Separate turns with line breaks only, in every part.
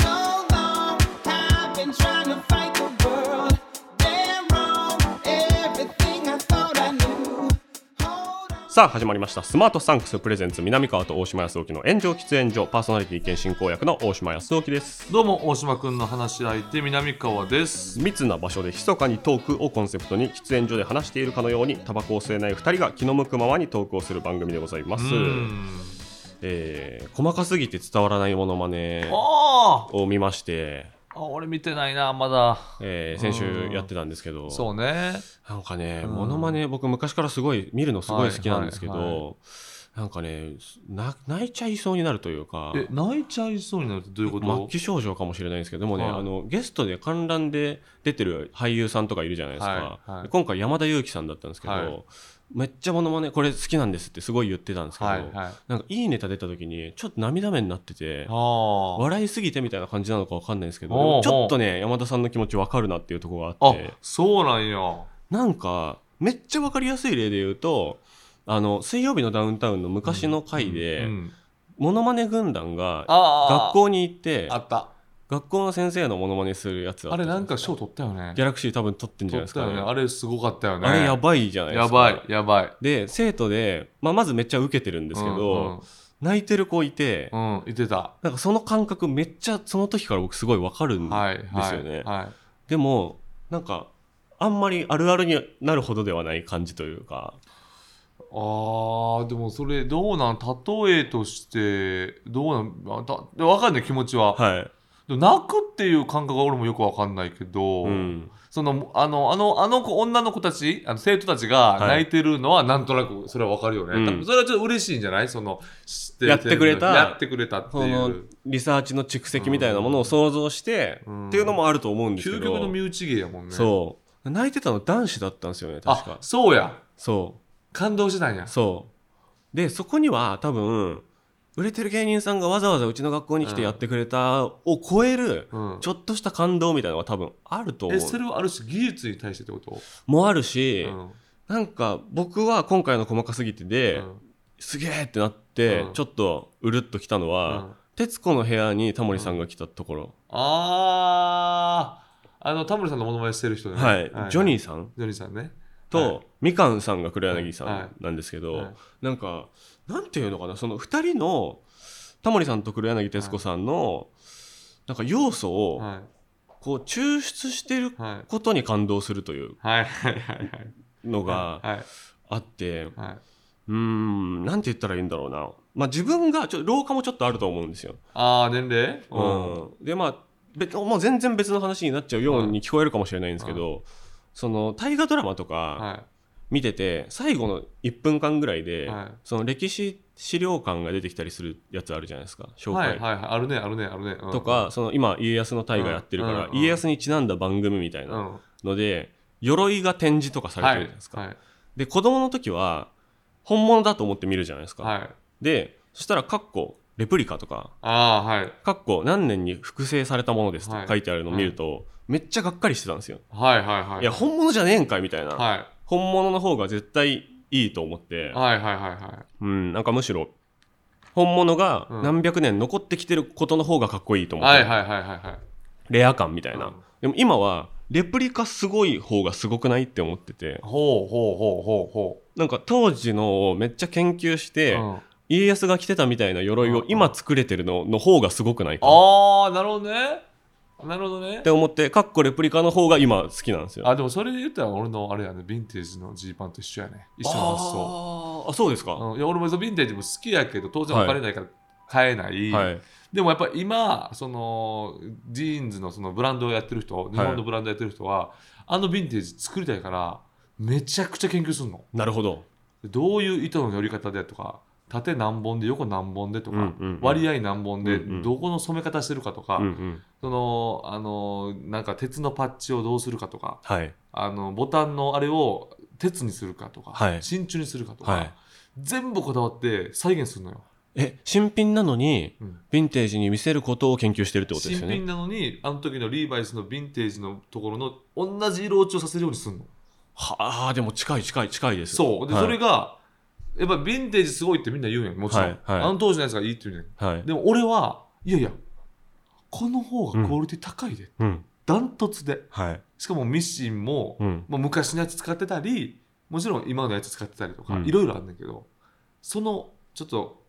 So long, I've been trying to fight the world. Damn wrong, everything I thought I knew. Hold on.
さあ始まりましたスマートサンクスプレゼンツ南川と大島康沖の炎上喫煙所パーソナリティ兼進行役の大島康沖です
どうも、大島くんの話し相手、南川です。
密な場所で密かにトークをコンセプトに喫煙所で話しているかのようにタバコを吸えない2人が気の向くままにトークをする番組でございま
う
す、
ん。
えー細かすぎて伝わらないものまね
あー
を見まして、
あ、俺見てないな、まだ。
えー先週やってたんですけど
そうね。
なんかね、
うん
モノマネ僕昔からすごい見るのすごい好きなんですけど、
はいはいは
なんかねな泣いちゃいそうになるというか
え、泣いちゃいそうになるってどういうこと
末期症状かもしれないんですけどでもね、
はい
あのゲストで観覧で出てる俳優さんとかいるじゃないですか、
はいはい
で今回山田裕貴さんだったんですけど、
はい
めっちゃモノマネこれ好きなんですってすごい言ってたんですけど、
はい、はい。あ
なんかいいネタ出た時にちょっと涙目になってて
あ。ー。
笑いすぎてみたいな感じなのかわかんないんですけど
おうおう
ちょっとね山田さんの気持ちわかるなっていうところがあっ
あ
て、
そうなんや。
なんかめっちゃわかりやすい例で言うとあの水曜日のダウンタウンの昔の回で、
うん。
モノマネ軍団が
あ
学校に行って
あった。
学校の先生のモノマネするやつ
あ
った
れ
じゃ
なん
い
か
です
賞取ったよね。
ギャラクシー多分撮ってんじゃない
取っ
です
た
か、
よ
ね
ね。
あ
あれすごかったよ
れ
ね。
やばいじゃないで
や
すか
ばい、やばい。
で生徒で、まあ、まずめっちゃ受けてるんですけど、泣いてる子いて、
うん、うん、うん言ってた。
なんかその感覚めっちゃその時から僕すごいわかるんで
はい、はい。
すよね、
はい。
でもなんかあんまりあるあるになるほどではない感じというか
あーでもそれどうなん例えとしてどうなんあたで分かんない気持ちは、
はい、
でも泣くっていう感覚は俺もよく分かんないけど、
うん、
そのあのあのあの子女の子たちあの生徒たちが
はい
泣いてるのはなんとなくそれは分かるよね、
うん
多分それはちょっと嬉しいんじゃないその知って
やってくれた
やってくれたって
そ
い
の
う
リサーチの蓄積みたいなものを想像して、
うん
っていうのもあると思うんですけ
究
ど
極の身内芸やもんね
そう泣いてたの男子だったんですよね確
あ
か
そうや
そう
感動してたんや
そうでそこには多分売れてる芸人さんがわざわざうちの学校に来てやってくれたを超える、
うん
ちょっとした感動みたいなのが多分あると思
え
う
それはある種技術に対してってこと、
もあるし、
うん
なんか僕は今回の細かすぎてで、
うん
すげえってなって、
うん
ちょっとうるっときたのは、
うん
徹子の部屋にタモリさんが来たところ、
あああのタモリさんのモノマネしてる人ね
はい、ジョニーさん
ジョニーさんね
と、
はい
みかんさんが黒柳さ
は
んなんですけど、
はい
なんかなんていうのかなその2人のタモリさんと黒柳徹子さんの、なんか要素を
は
こう抽出してる
いはい
ことに感動するという
はいはいはい
のが
はい
あって、
はい
ーんなんて言ったらいいんだろうな、まあ、自分がちょ老化もちょっとあると思うんですよ。
ああ年齢
うんでまあ別もう全然別の話になっちゃうように聞こえるかもしれないんですけど、その大河ドラマとか、
は
見てて最後の1分間ぐらいで、
はい
その歴史資料館が出てきたりするやつあるじゃないですか
い
紹
は
介、
いはいはいあるねあるねあるねうん
とか、その今家康の大河やってるから、
うんうん
家康にちなんだ番組みたいうなんので、鎧が展示とかされて
は
るじゃ
い
ないですか、
はい
で子供の時は本物だと思って見るじゃないですか、
はい
でそしたら「かっこレプリカ」とか
ああーはい
「かっこ何年に複製されたものです」と
はい
書いてあるのを見ると、めっちゃがっかりしてたんですよ、
はいはいはい
いや本物じゃねえんかいみたいな、
はい
本物の方が絶対いいと思って、
はいはいはいは
うん、なんかむしろ本物が何百年残ってきてることの方がかっこいいと
い
思う、
はいはいはいはいはい
レア感みたいな、
うん
でも今はレプリカすごい方がすごくないって思ってて
ほうほうほうほうほう
なんか当時のをめっちゃ研究して、
うん
家康が着てたみたいな鎧を今作れてるのの方がすごくないかっ
ああなるほどねなるほどね
て思ってかっこレプリカの方が今好きなんですよ
あでもそれで言ったら俺のあれやねヴィンテージのジーパンと一緒やね一緒の発想
あーあそうですか、
うん、いや俺もそのヴィンテージも好きやけど当然お金ないから買えない、
はい
でもやっぱ今そのジーンズのそのブランドをやってる人日本のブランドやってる人は、あのヴィンテージ作りたいからめちゃくちゃ研究するの
なるほど
どういう糸の寄り方でとか縦何本で横何本でとか、
うんうんうん
割合何本で、
うんうん
どこの染め方してるかとか、
うんうん
そのあのなんか鉄のパッチをどうするかとか
はい
あのボタンのあれを鉄にするかとか、
はい
真鍮にするかとか、
はい
全部こだわって再現するのよ。
え新品なのに
うん
ヴィンテージに見せることを研究してるってことです
新
よね
品なのにあの時のリーバイスのヴィンテージのところの同じ色落ちをさせるようにすんの
はあでも近い近い近いです
そうで、
はい
それがやっぱヴィンテージすごいってみんな言うやんもちろん、
はいはい
あの当時のやつがいいって言うねん
はい
でも俺はいやいやこの方がクオリティ高いで、
うん
ダントツで
はい
しかもミシンも、
うん
まあ、昔のやつ使ってたりもちろん今のやつ使ってたりとか、
うん
いろいろあるんだけどそのちょっと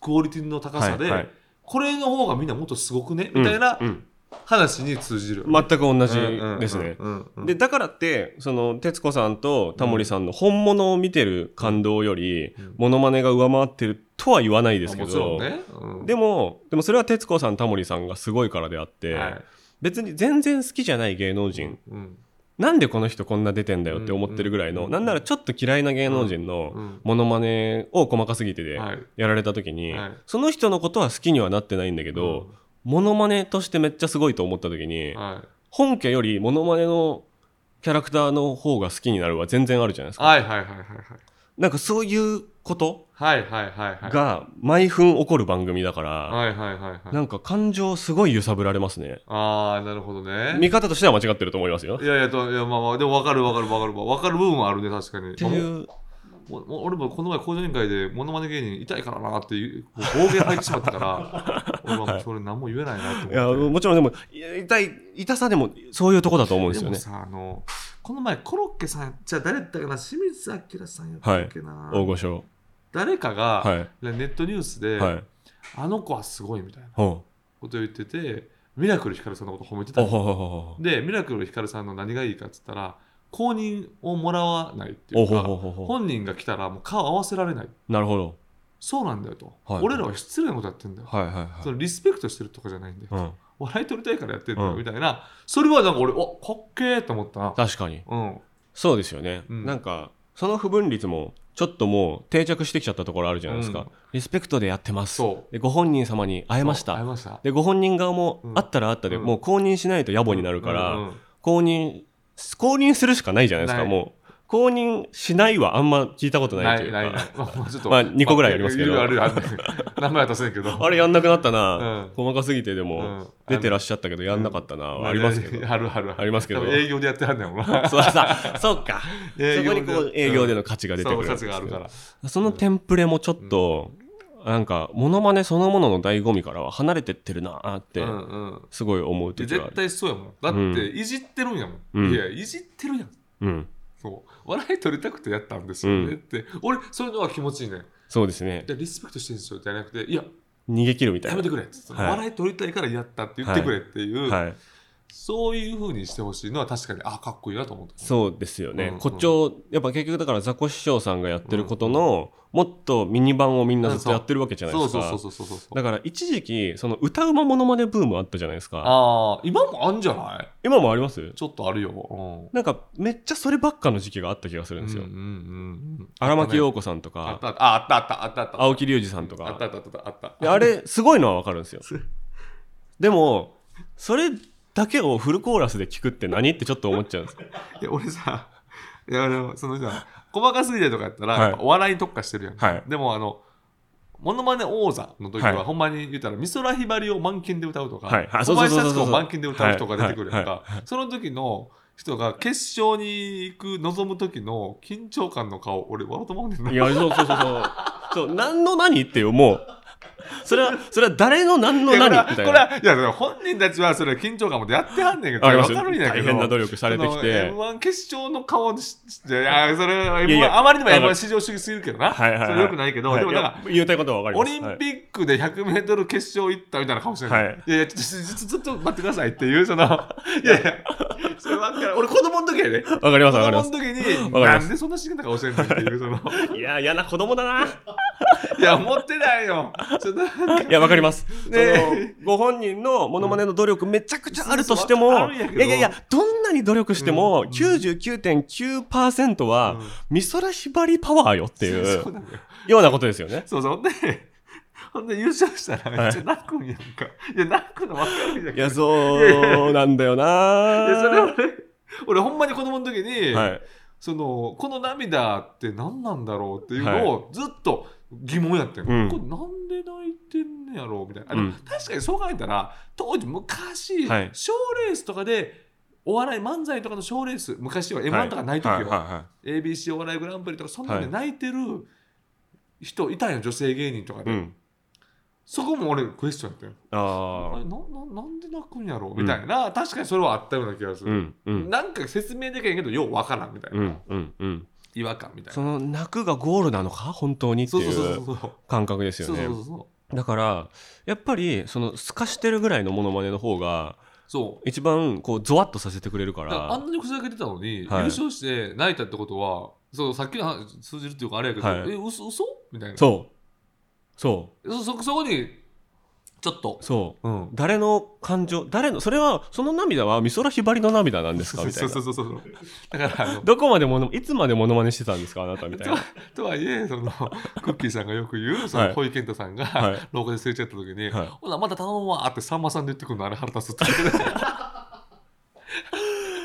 クオリティの高さで、
はいはい
これの方がみんなもっとすごくねみたいな
うんうん
話に通じるよね、
全く同じ
うん
ですね
うんうんうん
でだからってその徹子さんとタモリさんの本物を見てる感動より、
うん
モノマネが上回ってるとは言わないですけ
もちろ
ど、
んね、うん
でもでもそれは徹子さんタモリさんがすごいからであって、
はい
別に全然好きじゃない芸能人
うん
なんでこの人こんな出てんだよって思ってるぐらいの、
うん
なんならちょっと嫌いな芸能人
う
の
ん
モノマネを細かすぎてで
はい
やられた時に、
はい
その人のことは好きにはなってないんだけど、モノマネとしてめっちゃすごいと思った時に、
うんはい
本家よりモノマネのキャラクターの方が好きになるは全然あるじゃないですか。
はいはいはいはい
なんかそういうこと
はいはいはいはい
が毎分起こる番組だから、
はいはいはいはい
なんか感情すごい揺さぶられますね。
ああなるほどね
見方としては間違ってると思いますよ。
いやいやといやまあまあでも分かる分かる分かる分かる部分はあるね確かに
っていう、
もも俺もこの前工場委員会でモノマネ芸人痛いからなっていうこう暴言入ってしまったから 俺はそれ何も言えないなと
いや
思って。
もちろんでもいや痛い痛さでもそういうとこだと思うんです
で
よ
も
ね。
さあのこの前コロッケさんじゃあ誰だったかな清水明さんやったっけな、
大御所。
誰かが、
は
ネットニュースで、
いはい。
あの子はすごいみたいな
ほ
ことを言っててミラクルひかるさんのこと褒めて
う
た
あ
の
ほうほうほうほう
でミラクルひかるさんの何がいいかっつったら公認をもらわないってい
お
う
ほう
か
ほうほうほ
本人が来たらもう顔合わせられないう
なるほど。
そうなんだよと、
はい
俺らは失礼なことやってんだよ
はいはい
そ
は
のリスペクトしてるとかじゃないんだよ、
い。うん、
笑い取りたいからやってんだよ
うん
みたいな、それはなんか俺おかっけーと思ったな
確かに。
うん
そうですよね、
うん
なんかその不分率もちょっともう定着してきちゃったところあるじゃないですか、
うん
リスペクトでやってます
そ
でご本人様に会えまし
会え
た
ました
でご本人側も
うん
会ったら会ったで、
うん
もう公認しないと野暮になるから、
うんうん
公認公認するしかないじゃないですか
ない
もう公認しないはあんま聞いたことな
ない
とい
いうないな
か
いまあまあちょっと
まあ二個ぐらいありますけど
いろいろあるよある 名前は出せんけど
あれやんなくなったな、
う
細かすぎてで
う
も
ん
出てらっしゃったけどやんなかったな、
ん
ありますけど
あるある
ありますけど
多分営業でやってはんねんもんな
そうさそうかそこにこう営業で
の
の価値が出てくるん
価
です
値
よ
があるから
そのテンプレもちょっと、なんか、モノマネそのものの醍醐味からは離れてってるなーって
う、んうん
すごい思う
で
時はあ
絶
る。
対そうやもんだっていじってるんやもん、
うん
いやいじってるやん
うん。
そう笑い取りたくてやったんですよねって、俺そういうのは気持ちいいね
そうですね。
でリスペクトしてるんですよじゃなくていや
逃げ切るみたい
や
な。
めてくれっつって、
はい
笑い取りたいからやったって言ってくれっていう、
はい。
そういうふうにしてほしいのは確かにあかっこいいなと思った
そうですよね。
うんうん
誇張、やっぱ結局だからザコシショウさんがやってることの、もっとミニ版をみんなずっとやってるわけじゃない
そ
で
う
す
そう
か
そう。そうそうそう
だから一時期、その歌うまモノマネブームあったじゃないですか。
ああ今もあんじゃない
今もあります
ちょっとあるよ、うん
なんか、めっちゃそればっかの時期があった気がするんですよ
うん。うんうん
荒牧陽子さんと
あ
か、
ったねあったあったあったあったあっ
青木隆二さんと
た
か
あっ、たあったあったあったあっ
であれすごいのはわかるんですよ
す
でもそれだけをフルコーラスで聞くって何ってちょっと思っちゃうんですよ
たいや俺さいや俺もそのさ細かすぎてとかやったら、
はい
やっぱお笑いに特化してるやん、
はい
でもあのモノマネ王座の時は、
はい
ほんまに言ったら美空ひばりを満勤で歌うとか、
はいあそ
小
うそうそ
林
うそう
幸子を満勤で歌う人が出てくるやんか、
は
その時の人が決勝に行く望む時の緊張感の顔俺笑うと思うねんない
やそうそうそうそうそう何の何っていうもうそれはそれは誰の何の
いやこれは
何みたいな
これはいや本人たちはそれ緊張感もやってはんねんけど
あります
わ
よ
かるんやけ
大
ど
変な努力されてきて
m 1決勝の顔ししていやそれはい
やいや
M1 あまりにも
わか
m 1
る
至上主義すぎるけどな、
はいはいはい
それよくないけど、
はい
でもなん
い
か
や言いたいことはわかり
オ
ます
リンピックで 100m 決勝行ったみたいな顔してる、
はい
い、やいやちょちょちょちょちょっと待ってくださいっていうそのいやいやそれわかる俺子供の時やで、ね、
はいわかりま
子
すわか
供
り
の
ます
時に
わかり
な
ます
んでそんな真剣な顔してんのっていうその
いや嫌な子供だない
や思ってないよちょっとなんか
いやわかります、
ね
そのご本人のモノマネの努力めちゃくちゃあるとしても、
そうそうあるんやけ
い
ど
やいやいやどんなに努力しても、
うん
99.9%は、
うん
美空ひばりパワーよってい
そう
う
なのよ
ようなことですよね。
そうそう。で、ほんで優勝したらめっちゃ泣くんやんか。い、や、泣くの分かるじゃん。
いや、そうなんだよな。
いやそれ俺、俺ほんまに子供の時に、
はい。
その、この涙って何なんだろうっていうのをずっと、疑問やってん、
うん
これなんで泣いてんねやろみたいなあで
う
も
ん
確かにそう考えたら当時昔賞、
はい
レースとかでお笑い漫才とかの賞レース昔は m
は
1とかない時よ、
はいはいは
ABC お笑いグランプリとかそんなんで
はい
泣いてる人いたんよ女性芸人とか
い
で、
うん
そこも俺クエスチョンやったよあ
あ
れなななんで泣くんやろみたいな、確かにそれはあったような気がす
あう
る、
んうん
なんか説明できへんけどようわからんみたいな、
うんうんうん
違和感みたい
そ
な
の泣くがゴールなのか本当にって
そうそうそう
い
そううそう
感覚ですよ
そうそう
ね
そうそう
だからやっぱりその透かしてるぐらいのモノマネの方が
そう
一番こうゾワッとさせてくれるか
だから
ら
あんなにふざけてたのに、
はい
優勝して泣いたってことはそうさっきの話通じるっていうかあれやけど、
はい
え嘘嘘みたいなそ
そうそう
そそこにちょっと
そう、
うん
誰の感情誰のそれはその涙は美空ひばりの涙なんですかみたい
そ
な
うそうそうそうだからあの
どこまでものいつまでモノマネしてたんですかあなたみたいな
と はいえそのクッキーさんがよく言うそ
は
の
い
小池健太さんが、
はい
廊下ですれ違った時に「
はい
ほなまた頼むわ」ってさんまさんで言ってくるのあれ腹 立つって言ってた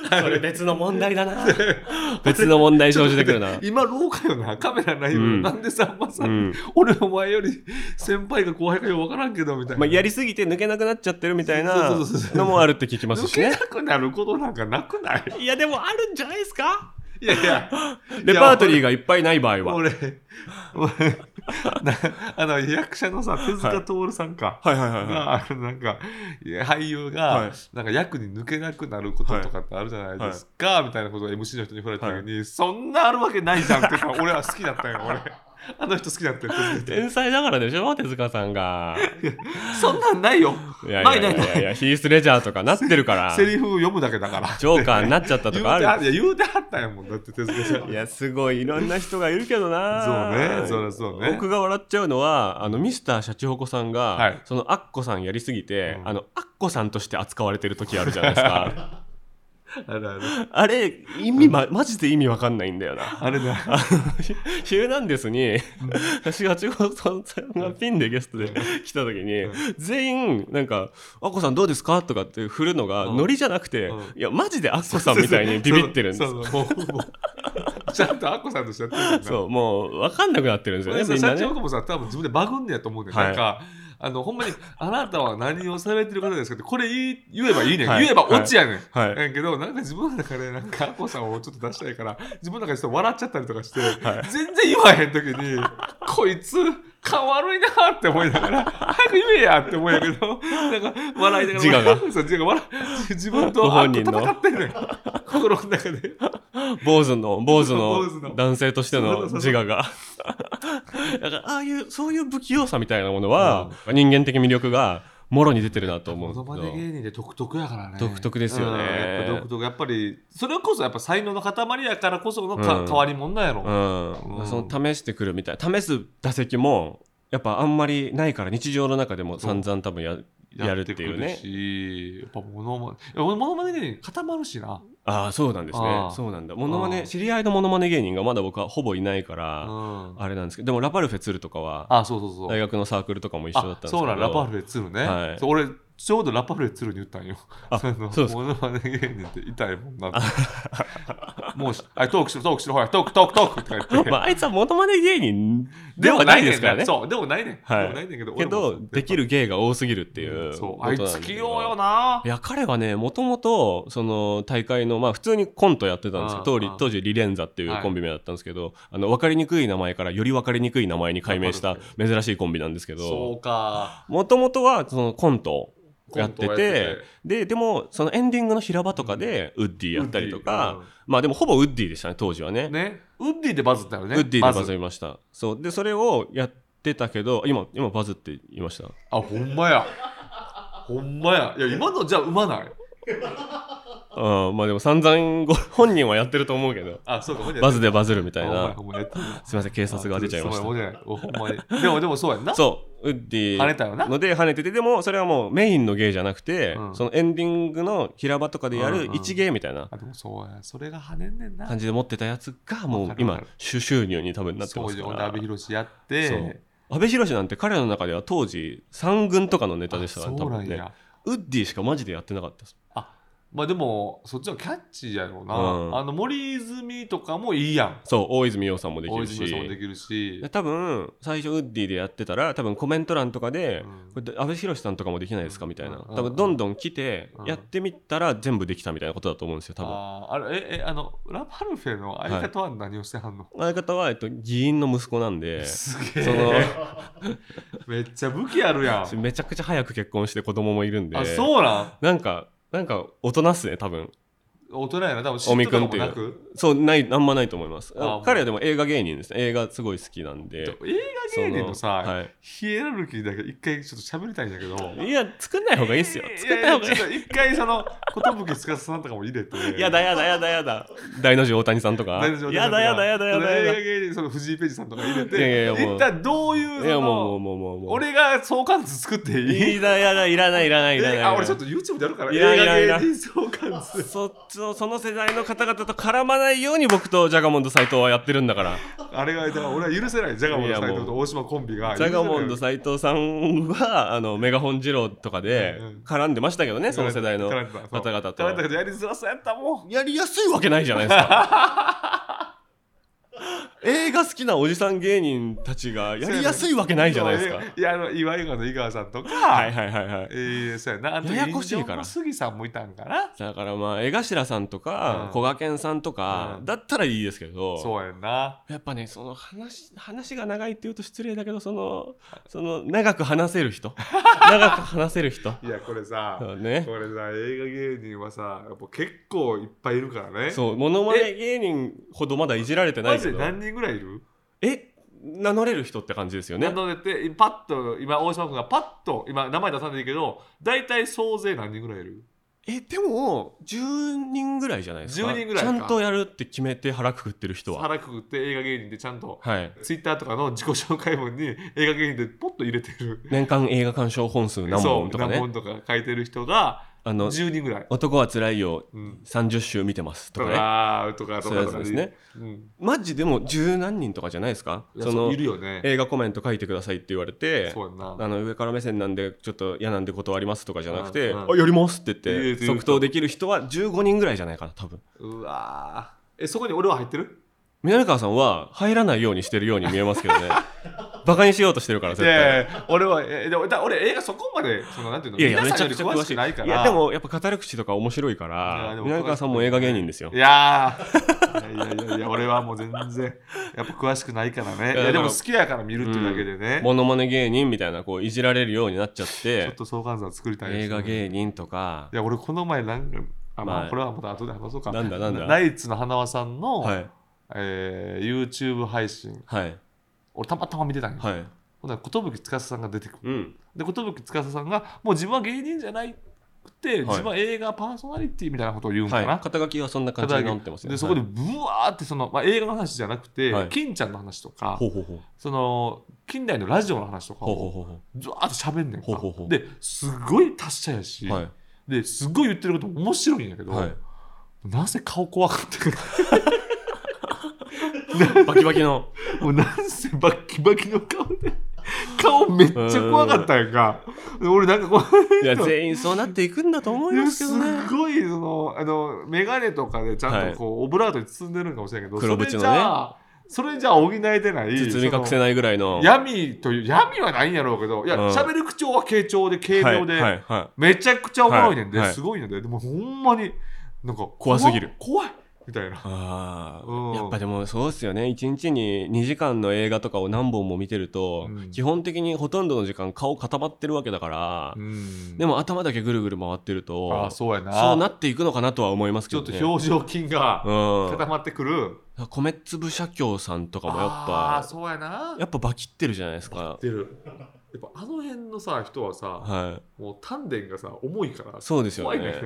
それ別の問題だな 別の問題生じてくるな
今廊下よなカメラないよ、
うん
なんでさんまさん、
うん
俺お前より先輩か後輩かよう分からんけどみたいな、
まあ、やりすぎて抜けなくなっちゃってるみたいな
そうそうそうそう
のもあるって聞きます
抜
し
け
ね
なくなることなんかなくない
いやでもあるんじゃ ないですか
いやいや、
レパートリー
が。
がいっぱいない場合は
俺、俺、 なあの役者のさ、手塚徹さんか。
はいはいはいはい
があのなんかいや俳優
は
が
い
なんか役に抜けなくなることとかってあるじゃないですか、みたいなことを MC の人に振られた時に、そんなあるわけないじゃんっていうか俺は好きだったよ 俺あの人好きだったよ手塚
天才だからでしょ手塚さんが
そんなんないよ
いやいや
ない
い
な
や
い
い
な
や
い
ヒース・レジャーとかなってる から
セリフ読むだけだから
ジョーカーになっちゃったと
言う
かあ
て
る
はいや言うてはったんやもんだって手塚さん
いやすごいいろんな人がいるけどな
そうねそりゃそうね
僕が笑っちゃうのはあのミスターシャチホコさんが、
はい
そのアッコさんやりすぎて、
うん
あのアッコさんとして扱われてる時あるじゃないです か
あれあれ
あれ意味、ま、マジで意味わかんないんだよな
あれだ
あの「ヒューナンデス」にシャチホコさんがピンでゲストで来た時に全員なんか「アッコさんどうですか?」とかって振るのが
うん
ノリじゃなくて、
うん
いやマジでアッコさんみたいにビビってるんです
そうそうそうもうもうちゃんとアッコさんとしてやってるんだよな
そうもう分かんなくなってるんですよねみんな
社
ね
長。かもさ多分自分でバグんねやと思うねんだ
はい
なんかあのほんまに「あなたは何をされてる方ですか?」ってこれ言い言えばいいねん、
はい
言えばオチやねん、
はい
やんけどなんか自分の中でなんかアッコさんをちょっと出したいから自分の中でちょっと笑っちゃったりとかして、全然言わへん時に「こいつ顔悪いな」って思いながら「早く言えや」って思うんやけどなんか笑いながら
自我が
そう自我が笑自分と
ご
あ
本
と
人の
戦ってんねん心の中で。
坊主 の坊主
坊主の
の男性としての
そうそう
自
そう
我が だからああいうそういう不器用さみたいなものは、人間的魅力がもろに出てるなと思
モ
う
ノマ
け
ネ
ど
芸人で独特やからね
独特ですよね
うんやっぱ独特やっぱりそれこそやっぱ才能の塊やからこそのか、
うん
変わり者なんやろ、
うん
うん
その試してくるみたい試す打席もやっぱあんまりないから日常の中でも散々多分ややるっていう
や
ね
てくるしやっぱモノマネいやモノマネ芸人固まるしな、
ああそうなんです
あ
ね
あ
そうなんだモノマ
ああ
ネ知り合いのモノマネ芸人がまだ僕はほぼいないか
う
ら
ん、あ
あれなんですけどでもラパルフェツルとかは
そうそうそう
大学のサークルとかも一緒だったん
あ
ですけど
そうなんラパルフェ鶴ね、
はい
そう俺ちょうどラパルフェ鶴に言ったんよ
あ
の
そうです
モノマネ芸人って痛いもんなって もうしはいトークしろトークしろほらトークトークトークとか言っ て、
まあ、あいつはモノマネ芸人ではないですからね。
そうでもないねん、
はい
でもないねんけど
け
俺も
ど、できる芸が多すぎるっていう。
そうあいつ器用
な。
よない
や、彼はね、もともと、その、大会の、まあ、普通にコントやってたんですけど、当
あ
時
あ、
当時リレンザっていうコンビ名だったんですけど、あの、分かりにくい名前からより分かりにくい名前に改名した珍しいコンビなんですけ
そ
ど、
うか
もともとは、その、コント。やって
コン
て
トやってて
ででもそのエンディングの平場とかでウッディやったりとか、
ウッディうん
まあでもほぼウッディでしたね当時はね
ねウッディでバズったよね
ウッディでバズりましたそうでそれをやってたけど今今バズって言いました
あほんまやほんまやいや今のじゃあ生まない
うんまあでも散々ご 本人はやってると思うけど
あそうか
バズ
で
でバズるみた
み
い
な
な
ほんまやってる
すいません警察が出ちゃいまし
そう
た
やほんまにでもでもそうやんな
そうウッディ
跳ねたよな
ので跳ねててでもそれはもうメインの芸じゃなくて、
うん
そのエンディングの平場とかでや
うん
る
うん
一芸みたいな
あでもそうやそれが跳ねんねんな
感じで持ってたやつがも
わ
う
かるわか
今
る
主収入に多分なって
そ
ま
う
す
じ
か
ゃん
ら
阿部寛やっ
そう
て
安倍博なんて彼の中では当時三軍とかのネタでした
あ
から
そう
多
な
分
ん
ね
や
ウッディしかマジでやってなかったです
あまあでもそっちはキャッチーやろうな、
うん
あの森泉とかもいいやん
そう大泉洋さんもでき
大
るし
泉さんもできるし
で多分最初ウッディでやってたら多分コメント欄とかで
う
「こ
ん
れ安倍博さんとかもできないですか?」みたいな
うん
多分どんどん来て
うん
やってみたら全部できたみたいなことだと思うんですよ多分
あーあれええあのラパルフェの相方は何をしてはんの、
相方は、えっと、議員の息子なんで
すげ
その
えめっちゃ武器ある やん
めちゃくちゃ早く結婚して子供もいるんで
あそうなん
なんかなんか大人っすね多分
大人やな多分
尾身君
嫉
って
妬
いう
とかもなく
そうないあんまないと思います
あもう
彼はでも映画芸人ですね映画すごい好きなんで
映画芸人のさ
そのはい
ヒエラルキーだけ一回ちょっと喋りたいんだけど
いや作んない方がいいっすよ作んない方がいい
ややちょっと一回その寿司さんとかも入れて
やだやだやだやだ大の字大谷さんとか
大丈夫
やだやだやだやだや
映
だ
画芸人その藤井ページさんとか入れて
いやいやもう
一旦どういうそ
いやもう
の
もうもうもうもう
俺が相関図作っていい
いらないいらないいらないいらないいらない
あ俺ちょっと YouTube でやるから
いらんいらんい
映
ら
画
ん
芸人相関図
そっちのその世代の方々と絡まないように僕とジャガモンド斎藤はやってるんだから
あれがだから俺は許せないジャガモンド斎
いや
藤
も
と大島コンビが
ジャガモンド
さ
斎藤さんはあのメガホン二郎とかで
うんうん
絡んでましたけどねその世代の方々と
だけどやりづらそうやったもん
やりやすいわけないじゃないですか 映画好きなおじさん芸人たちがやりやすいわけないじゃないですか
そういやあの岩井川の井川さんとか
はいはいはいはい
えー、そうやなあと
ややこしいから
人情の杉さんもいたんかな
だからまあ江頭さんと
う
か
ん
こがけんさんとか
うん
だったらいいですけど、
そうやんな
やっぱねその話話が長いって言うと失礼だけどそのその長く話せる人 長く話せる人
いやこれさ
そうね
これさ映画芸人はさやっぱ結構いっぱいいるからね
そうモノマネ芸人ほどまだいじられてな
マ
い
ジ
け
で
ど
何人ぐらいいる
え名乗れる人って感じですよね
なのでてパッと今大島君がパッと今名前出さんでいいけど大体総勢何人ぐらいいる
えでも10人ぐらいじゃないですか
10人ぐら
ち
いか
ゃんとやるって決めて腹くくってる人は
腹くくって映画芸人でちゃんと
はい
ツイッターとかの自己紹介文に映画芸人でポッと入れてる
年間映画鑑賞本数何本とか
そう何
ね
本とか書いてる人が
あの
10人ぐらい
男はつらいよ
うん
30週見てますと
と
かね
かとかと
そうい
か
うや
と
つ
か
ですね
うん
マジでも十何人とかじゃないですか
いや
そ
そ
の
ういるよね
映画コメント書いてくださいって言われて
そうやんな
あの上から目線なんでちょっと嫌なんで断りますとかじゃなくて「
うん
あ
うん
やります」って
いやい
言
や
っ
いや
て即答できる人は15人ぐらいじゃないかな多分
うわーえそこに俺は入ってる
南川さんは入らないようにしてるように見えますけ どねバカにしようとしてるから絶
いや
対。
いや俺はえでもだ俺映画そこまでそのなんていうの
いやいやめ
皆
ち
さ
ゃ
ん
く
よ
ち
り
ゃ
詳
詳
し
し
く
い
ないから
いやでもやっぱ語る口とか面白いか
い
ら
やでも
南川さんも映画芸人ですよ
いやーいやいやいやいや俺はもう全然やっぱ詳しくないからねい
いや
やでも好きやから見るっていうだけでね、
モノマネ芸人みたいなこういじられるようになっちゃっ
ちょってと相関図は作りたい
映画
人
芸人とか
いや俺この前なんかあ、ま
は
あ、
い
これはまた後で話そうか
なんだなんだ
ナイツの花輪さんの、
はい
えー YouTube 配信
はい
俺たまたま見てたんよ、
はい
ほんなら寿司さんが出てくる
うん
で寿司さんがもう自分は芸人じゃないくて、自分は映画パーソナリティみたいなことを言うんか
はい
な、
肩書きはそんな感じになってますよ
でそこでブワーってその、まあ、映画の話じゃなくて、
はい
金ちゃんの話とか
ほうほうほう
その近代のラジオの話とか
ほうほう
を
ほうほ
ずわーっと喋んねんか
ほうほうほう
ですごい達者やし、
うはい
ですごい言ってることも面白いんやけど、
はい
なぜ顔怖かってくる
バキバキの
もうなんせバッキバキの顔で顔めっちゃ怖かったんやんかで俺なんかこう
いや全員そうなっていくんだと思い
い
ま
や
す
す
けどね
ごいそのあの眼鏡とかでちゃんとこう、オブラートに包んでるんかもしれないけど
黒縁のね
それじゃあそれじゃあ補えてない
包み隠
そ
せ
の
ないぐらいの
闇という闇はないんやろうけどいや
うん
喋、る口調は軽調で軽
はい
量で、
はいは
めちゃくちゃおもろいねんで、
はいはい
すごいねんででもほんまになんか
怖すぎる
怖いみたいな
あ
うん
ーやっぱでもそうですよね1日に2時間の映画とかを何本も見てると、
うん
基本的にほとんどの時間顔固まってるわけだから、
うん
でも頭だけぐるぐる回ってると
ああそうやな
そうなっていくのかなとは思いますけ
ちょ
ど
っ
ね
と表情筋が
う
固まってくる、
ん、米粒社協さんとかもやっ
ああ
ぱ
そうやな
やっぱバキってるじゃないですか
出るやっぱあの辺のさ人はさ、
はい
もう丹田がさ重いから
そうですよ
怖いね
ね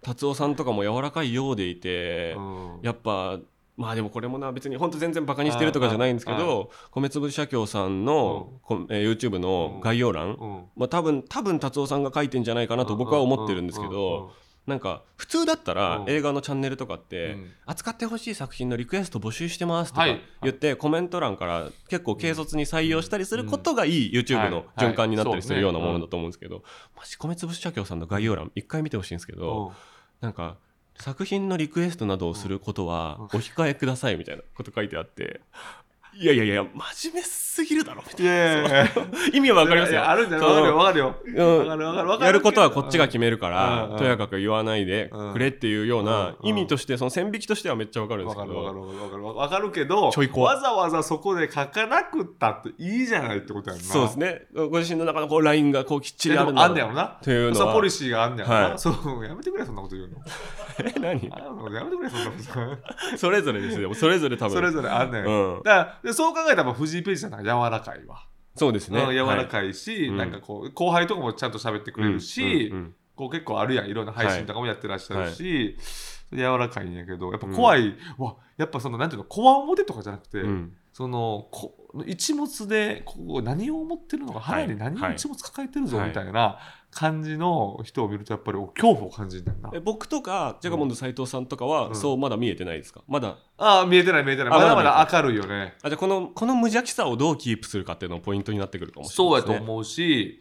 達夫さんとかも柔らかいようでいて、
うん
やっぱまあでもこれもな別に本当全然バカにしてるとかじゃないんですけ
はいは
ど米粒社協さんの、こえー YouTube の概要欄、
うん
まあ、多分多分達夫さんが書いてんじゃないかなと僕は思ってるんですけどなんか普通だった
う
ら
ん
映画のチャンネルとかっ
うん
て
うんうんうん
扱ってほしい作品のリクエスト募集してますとか
はい
言ってコメント欄から結構軽率に採用したりすることがいい YouTube の
はい
循環になったりするような
はい
ものだと思うんですけどマジ米粒社協さんの概要欄一回見てほしいんですけど
うん
なんか作品のリクエストなどをすることはお控えくださいみたいなこと書いてあって。いやいやいや、真面目すぎるだろみたい
いやいやいや
な。意味はわかります
い
よ。
やあるんだよ
そ
わ
う
かるよわかるよ
うん
わかるわかるわかる
やることはこっちが決めるか
うんう
ら
ん、
とやかく言わないでくれっていうような
うん
意味として、その線引きとしてはめっちゃわかるんで
わ
す
か
け
るわ
ど、
かるわかるわかるわかるけど
ちょい怖
わざわざそこで書かなくったっていいじゃないってことやんな
そうですね。ご自身の中のこうラインがこうきっち
い
りある
やで
ん
も
だ
あ
ろ
ん
う
だよな
というのは
そうポリシーがあんだよな、
はい
そうやめてくれそんなこと言うの
え 何
あのやめてくれそんなこと
それぞれですよ。それぞれ多分。
それぞれあんだよ、
うん
だからでそう考えたら藤井ページさんなんか柔らかいわ、
そうですね。
うん柔ら
は
かいし、
うん
なんかこう後輩とかもちゃんと喋ってく
い
れるし、
うんうんうん
こう結構あるやんいろんな配信とかもやってらっしゃるし、柔らかいんやけどやっぱ怖い、わやっぱそのなんていうのこわ表とかじゃなくて、
うん
そのこ一物でこう何を思ってるのか
はい
腹に何を一物抱えてるぞ
はい
みたいな感じの人を見るとやっぱり恐怖を感じるんだよな、
え僕とかジャガモンド斎藤さんとかは、
うん
そうまだ見えてないですかまだ
ああ見えてない見えてない
あ
まだまだ明るいよね
あじゃあこのこの無邪気さをどうキープするかっていうのもポイントになってくるかもしれ
そ
な
う
い
や
で
と
すね
思うし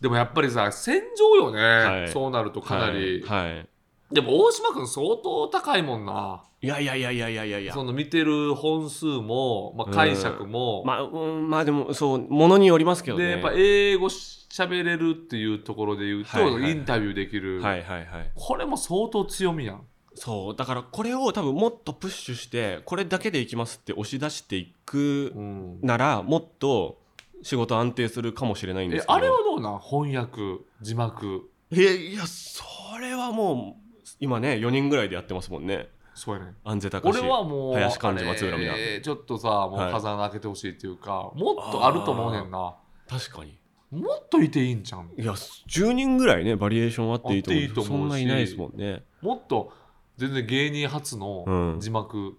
でもやっぱりさ戦場よね、
い
そうなるとかなり、
はい、はい
でも大島君相当高いもんない
やいやいやいやいやいやいや
その見てる本数も、まあ、解釈も、
まあ、うん、まあでもそうものによりますけどね
でやっぱ英語しゃべれるっていうところで言うと、
はいはいはい
インタビューできる、
はいはいはい
これも相当強みやん
そうだからこれを多分もっとプッシュしてこれだけでいきますって押し出していく
うん
なら、もっと仕事安定するかもしれないんで
え
すけど
あれはどうなん翻訳字幕
いやいやそれはもう今ね4人ぐらいでやってますもんね
そうやね
安全高
俺はもう
林幹事
あれ
松浦美奈
ちょっとさも
は
う
い
風穴開けてほしいっていうか、もっとあると思うねんな
確かに
もっといていいんじゃん
いや10人ぐらいねバリエーションあっていいと思う
あっていいと思
そん
うし
ないないですもんね
もっと全然芸人初
う
の
ん
字幕、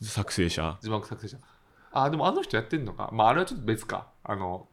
作成者
字幕作成者あでもあの人やってんのかまああれはちょっと別かあの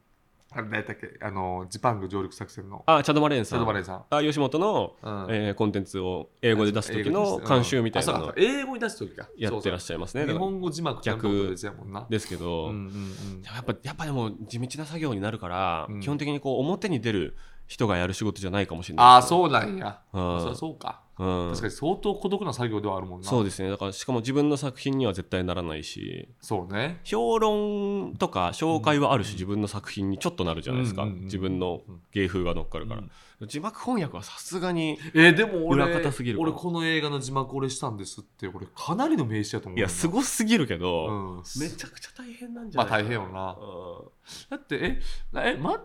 あれ何やったっけあのジパング上陸作戦の
あチャドマレーン
佐
さん
藤バレーさん
あ吉本の、
うん
えーコンテンツを英語で出す時の監修みたいな
あ
の
そう
を
か英語に出す時か
やってらっ
ゃ
しゃいますね
日
だから
本語字幕なんてことですやもんな
ですけ
う
ど、
んうんうん
でもやっぱやっぱでも地道な作業になるから、
うん
基本的にこう表に出る人がやる仕事じゃないかもしれ
あ
ない
あ
ですね、
そうなんや
うん
そりゃそうか
うん
確かに相当孤独な作業ではあるもんな
そうですねだからしかも自分の作品には絶対ならないし
そうね
評論とか紹介はあるし、自分の作品にちょっとなるじゃないですか、
うんうんうん
自分の芸風が乗っかるから、
うん
字幕翻訳はさすがに
えーでも俺
裏方すぎるか
俺
ら
この映画の字幕俺したんですって俺かなりの名刺やと思う
い
い
やすごすぎるけど、
うん
めちゃくちゃ大変なんじ
ま
ゃ
あ
ない
大変よな
うん
だってえなえマッドマッ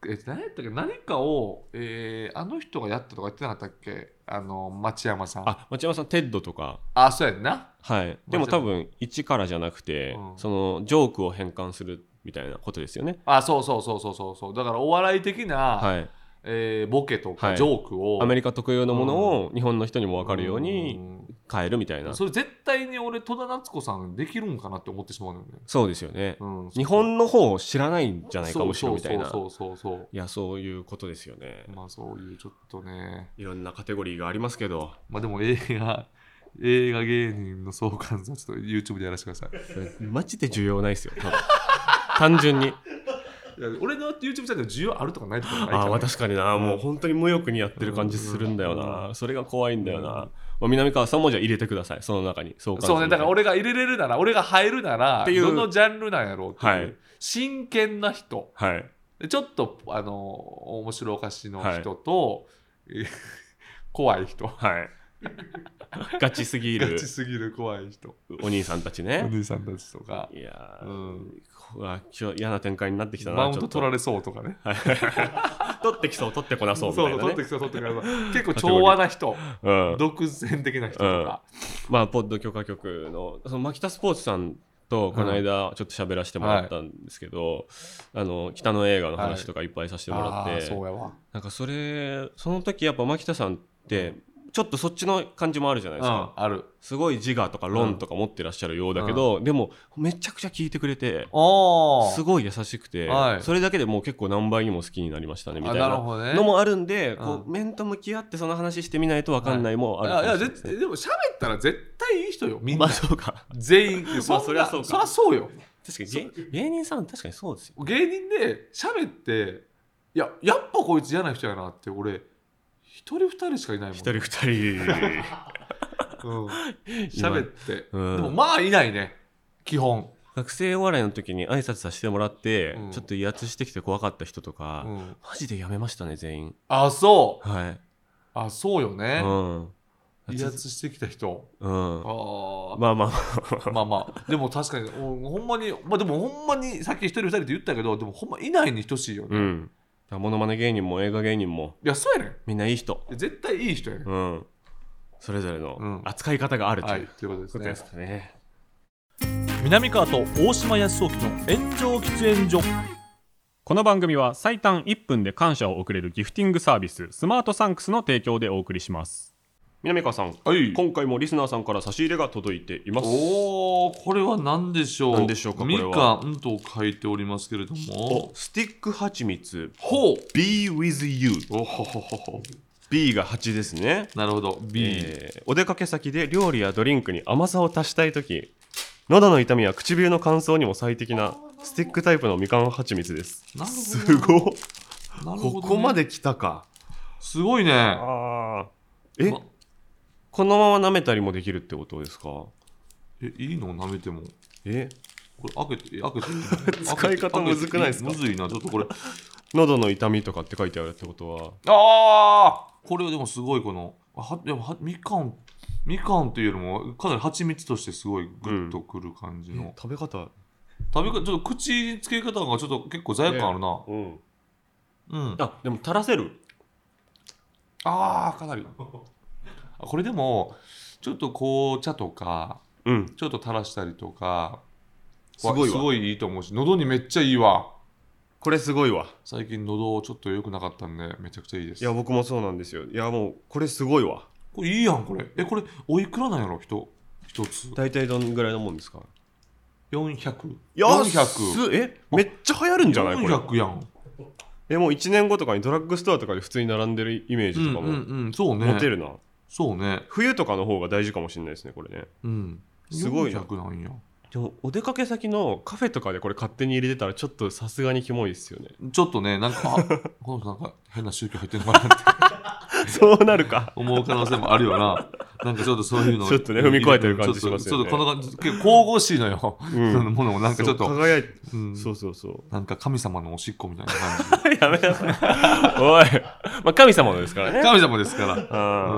クえ何やったっけ何かを、えーあの人がやったとか言ってなかったっけあの町山さんあ
あ町山さんテッドとか
あそうやんな
はいでも多分一からじゃなくて、
うん
そのジョークを変換するみたいなことですよね
あそうそうそうそうそうそうだからお笑い的な、
はい
えーボケとか
はい
ジョークを、
アメリカ特有のものを日本の人にも分かるよう
う
に
ん
変えるみたいな
それ絶対に俺戸田夏子さんできるんかなって思ってしまうのよね、
そうですよね、
うん、
日本の方を知らないんじゃないか
そう
むしろみたいな
そうそうそうそう
いやそういうことですよね、
まあそういうちょっとね
いろんなカテゴリーがありますけど
まあでも映画映画芸人の相関図はちょっと YouTube でやらせてください
マジで需要ないですよ 多分単純に
いや俺の YouTube チャンネル需要あるとかないとかないから、
ああ確かになもう本当に無欲にやってる感じするんだよなそれが怖いんだよな、まあ、南川さんもじゃあ入れてくださいその中にそう
そうねだから俺が入れれるなら俺が入るなら
っていう
どのジャンルなんやろうっていう、
はい
真剣な人
はい
でちょっとあの面白おかしの人と、えー 怖い人
はい ガチすぎ
ガ
る
チすぎる怖い人
お兄さんたち
お
ね
兄さんたちとか
いや
う
ー、
ん
うわ今日嫌な展開になってきたな
マウント取ら
れ
れそうとかね
取ってきそう取ってこなそう
そう
みた
そう
いな、ね、
取ってきそう取ってきそう 結構調和な人
うん
独善的な人とか、
まあ、ポッド許可局のその牧田スポーツさんとこの間ちょっと喋らせてもらったんですけど、あの北の映画の話とかいっぱいさせてもら
あ
っ
あ
て、
ーそうやわ
なんかそれその時やっぱ牧田さんってちょっとそっちの感じもあるじゃないうですか
ん、ある
すごい自我とか論とか持ってらっしゃるようだけど、でもめちゃくちゃ聞いてくれて
お
す
ー
ごい優しくて、
はい
それだけでもう結構何倍にも好きになりましたねみたい
あな
な
るほどね
のもあるんで、
うん
こう面と向き合ってその話してみないと分かんないも
い
ある
や
か
いや
もしれない
絶対でも喋ったら絶対いい人よみん
ま
な
あそうか
全員ま
まあそりゃそうか
そりゃそうよ
確かに芸芸人さん確かにそうですよ
芸人で喋っていややっぱこいつ嫌な人やなって俺一人二人しかいないも
一
ん
人 二人
うん喋って、
うん
でもまあいないね基本、
学生お笑いの時に挨拶させてもらって、
うん
ちょっと威圧してきて怖かった人とか、
うん
マジでやめましたね全員
あそ
はい、
うあそうよね、
うん、
威圧してきた人
うん
ああ
まあまあ
まあまあでも確かにおほんまにまあでもほんまにさっき一人二人って言ったけどでもほんまいないに等しいよね、
う
い
んモノマネ芸人も映画芸人も
やそうやね
みんないい人
ん絶対いい人やねん、
うんそれぞれ
う
の
ん
扱い方があると
はいいうというこ
ことと
で
です
ね
すかね
南川と大島康雄の炎上喫煙所
この番組は最短1分で感謝を送れるギフティングサービススマートサンクスの提供でお送りします
南川さん
はい
今回もリスナーさんから差し入れが届いています
おおこれは何でしょう
何でしょうかこれは
みかんと書いておりますけれども
おスティックはちみつ
ほう
Be with you
おほほほほ
B が8ですね
なるほど B、
えーお出かけ先で料理やドリンクに甘さを足したい時喉の痛みや唇の乾燥にも最適なスティックタイプのみかんはちみつです
なるほど
すごっ
なるほどね
ここまで来たか
すごいね
あーえ、
ま
このまま舐めたりもできるってことですか
えいいの舐めても
え
これ開けてえ開け て
使い方むずくないですか
開けてむずいなちょっとこれ
喉の痛みとかって書いてあるってことは
ああこれはでもすごいこのはでもはみかんみかんというよりもかなり蜂蜜としてすごいグッとくる感じの、
食べ方
食べ方ちょっと口につけ方がちょっと結構罪悪感あるな、
うん
うん
あでも垂らせる
ああかなりあこれでもちょっと紅茶とか
うん
ちょっと垂らしたりとか
すごいわ
すごいいいと思うし喉にめっちゃいいわ
これすごいわ
最近喉ちょっと良くなかったんでめちゃくちゃいいです
いや僕もそうなんですよいやもうこれすごいわ
これいいやんこれえこれおいくらなんやろ人一つ
大体どんぐらいのもんですか
400 400
400えめっちゃ流行るんじゃないこれ
400やん
えもう1年後とかにドラッグストアとかで普通に並んでるイメー
う
ジ
ん
とか
うん
も
うんそうね
持てるな、
そうね
冬とかの方が大事かもしれないですねこれね
うん
すごいな
400なんや
でもお出かけ先のカフェとかでこれ勝手に入れてたらちょっとさすがにキモいですよね
ちょっとねなんかあ この人なんか変な宗教入ってんのかなって
そうなるか
思う可能性もあるよな。 なんかちょっとそういうの。
ちょっとね踏み越えてる感じしますよね
ちょっとちょっとこの感じ、結構神々しいのよ。
ん
そのもの もなんかちょっ
そ
と
う、輝いて、
うん
そうそうそう
なんか神様のおしっこみたいな感じ。
やめなさいおい、まあ、神様のですからね
神様ですから。
あ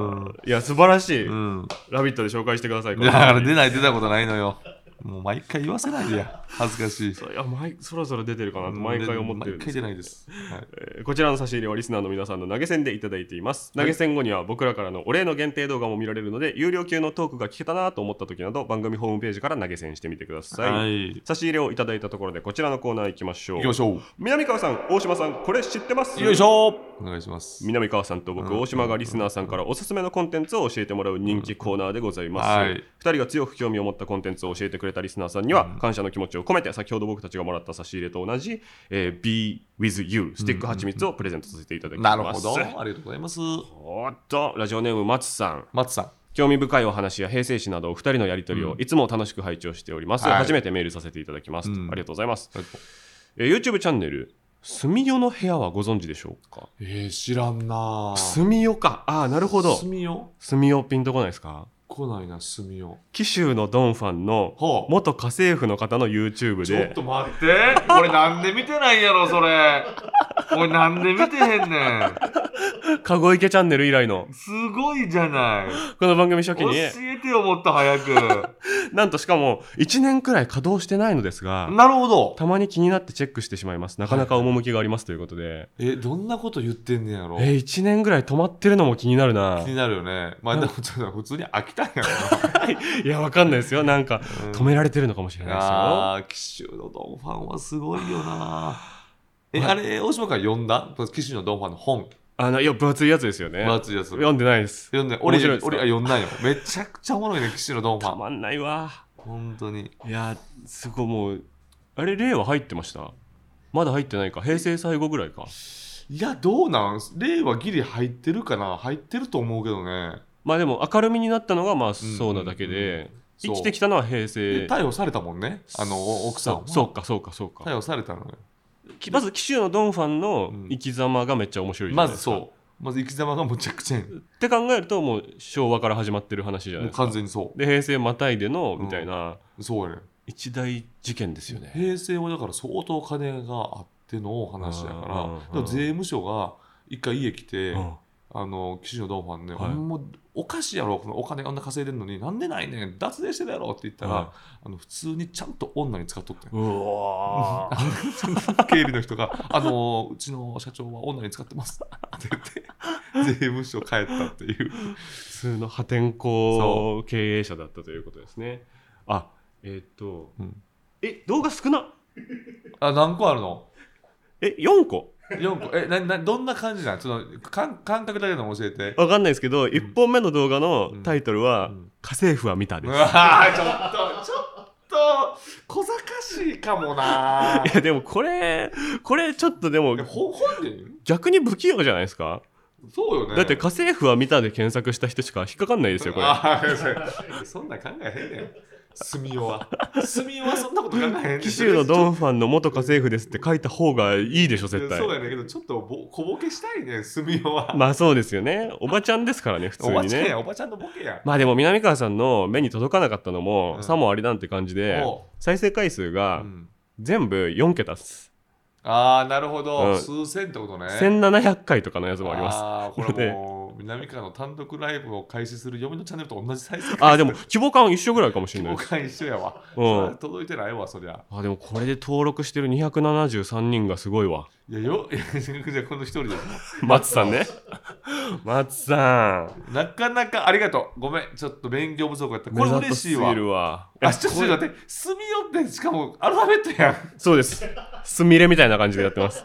ーいや素晴らしい、
うん。
ラビット!」で紹介してくださいこれ
だから出ない出たことないのよ。もう毎回言わせないでや。恥ずかしい。
いや毎そろそろ出てるかなと毎回思ってるん
毎
ですけ
回出
ど
ないです。はい
えーこちらの差し入れはリスナーの皆さんの投げ銭でいただいています。投げ銭後には僕らからのお礼の限定動画も見られるので、有料級のトークが聞けたなと思った時など、番組ホームページから投げ銭してみてください。
はい。行
差し入れをいただいたところで、こちらのコーナー行きましょう。
きましょう。
南川さん、大島さん、これ知ってます
よいしょお願いします。
南川さんと僕、
うん
大島がリスナーさんからおすすめのコンテンツを教えてもらう人気コーナーでございます。
は
二
い
2人が強く興味を持ったコンテンツを教えてくれたリスナーさんには感謝の気持ちを込めて、先ほど僕たちがもらった差し入れと同じ、えー Be with you スティックはちみつをプレゼントさせていただきま
な
す。
るほど。ありがとうございます。
おっと、ラジオネーム松さん。
松さん。
興味深いお話や平成史などお二人のやり取りをいつも楽しく拝聴しております、
はい
初めてメールさせていただきます、
うん
ありがとうございます、
ありがと
えー YouTube チャンネル「住みよの部屋」はご存知でしょうか
えー、知らんなぁ。
住みよかああなるほど
住みよ
住みよピンとこないですか
来ないな、住みよ。
紀州のドンファンの
ほう
元家政婦の方の YouTube
ちょっ
で
と待って。俺なんで見てないんやろ、それ。俺なんで見てへんねん。
籠池チャンネル以来の
すごいじゃない。
この番組初期
教
に
えてよ、もっと早く。
なんとしかも1年くらい稼働してないのですが
なるほど。
たまに気になってチェックしてしまいますなかなか趣がありますということで、
え、どんなこと言ってんねやろ。
え1年ぐらい止まってるのも気になるな
気になるよね。まあでもちょっと普通に飽きたんやろ
いや、わかんないですよ。なんか、
うん
止められてるのかもしれ
な。
ないですよ。
ああー、騎手のドンファンはすごいよな。え、あれ、大島から読んだ騎手のドンファンの本。
あの、いや、分厚いやつですよね。
分厚いやつ
読んでないです。
読んで、
面
俺、
白い
俺
ですか
は読んだんよ。めちゃくちゃおもろいね、騎手のドンフ
た
ァン。
まんないわ。
本当に。
いや、すごいもう、あれ、令和入ってましたまだ入ってないか。平成最後ぐらいか。
いや、どうなん令和ギリ入ってるかな入ってると思うけどね。
まあでも、明るみになったのが、まあ、そうなだけ
うんうん
で、
そう
生きてきたのは平
で
成。
逮捕されたもんね。あの、お奥さんは
そうそうか、そうか、そうか。
逮捕されたのよ。
まず、紀州のドンファンの
うん
生き様がめっちゃ面白いじゃ
ま
ないで
ず
すか。
そう。まず生き様がむちゃくちゃやん
て考えるともう昭和から始まってる話じゃない
もう
ですか
完全にそ
で平成またいでの
うん
みたいな、
うそうやね
一大事件ですよね
平成はだから相当金があっての話やから
うんうんうん
だから税務署が一回家来て、
うん
あの岸野ドンファンね、
はい
もうおかしいやろこのお金あんな稼いでるのになんでないねん脱税してるやろって言ったら、
はい
あの普通にちゃんと女に使っとってん
う わー
経理の人が 「あのうちの社長は女に使ってます」って言って税務署帰ったっていう
普通の破天荒経営者だったということですねあえっ、と、
うん
え動画少な
あ何個あるの
え4個
4個えななどんな感じなんその感感覚だけでも教えて
わかんないですけど、1本目の動画のタイトルは、
うん
家政婦は見たで
う
す、
わーちょっとちょっと小賢しいかもない
やでもこれこれちょっとでも
えほ本人
逆に不器用じゃないですか、
そうよね
だって家政婦は見たで検索した人しか引っかかんないですよこれ
あーそれそんなん考えへんねん住みは住みはそんなこと考えへんねん
紀州のド
ン
ンファンの元家政婦ですって書いた方がいいでしょ絶対
そうやねんけどちょっとぼ小ボケしたいねん住みは、
まあそうですよねおばちゃんですからね普通
おば
に
ちゃん
ね
やおばちゃんのボケや
まあでも南川さんの目に届かなかったのも、
うん
さもありなんて感じで
おう
再生回数
う
が
ん
全部4桁っす、
ああなるほ
う
ど、
ん
数千ってことね
1700回とかのやつもあります
あーこれもう南川の単独ライブを開始する嫁のチャンネルと同じ再生
ああでも規模感一緒ぐらいかもしれな
規
い
模
です
感一緒やわ、
うん
そりゃ届いてないわそりゃ
あでもこれで登録してる273人がすごいわ
いやよい やじゃあこの一人で
松さ んね松さん
なかなかありがとうごめんちょっと勉強不足やったこれ嬉し
目立たすぎ
いわ
るわ
あちょっと待って住み寄ってしかもアルファベットやん
そうですすみれみたいな感じでやってます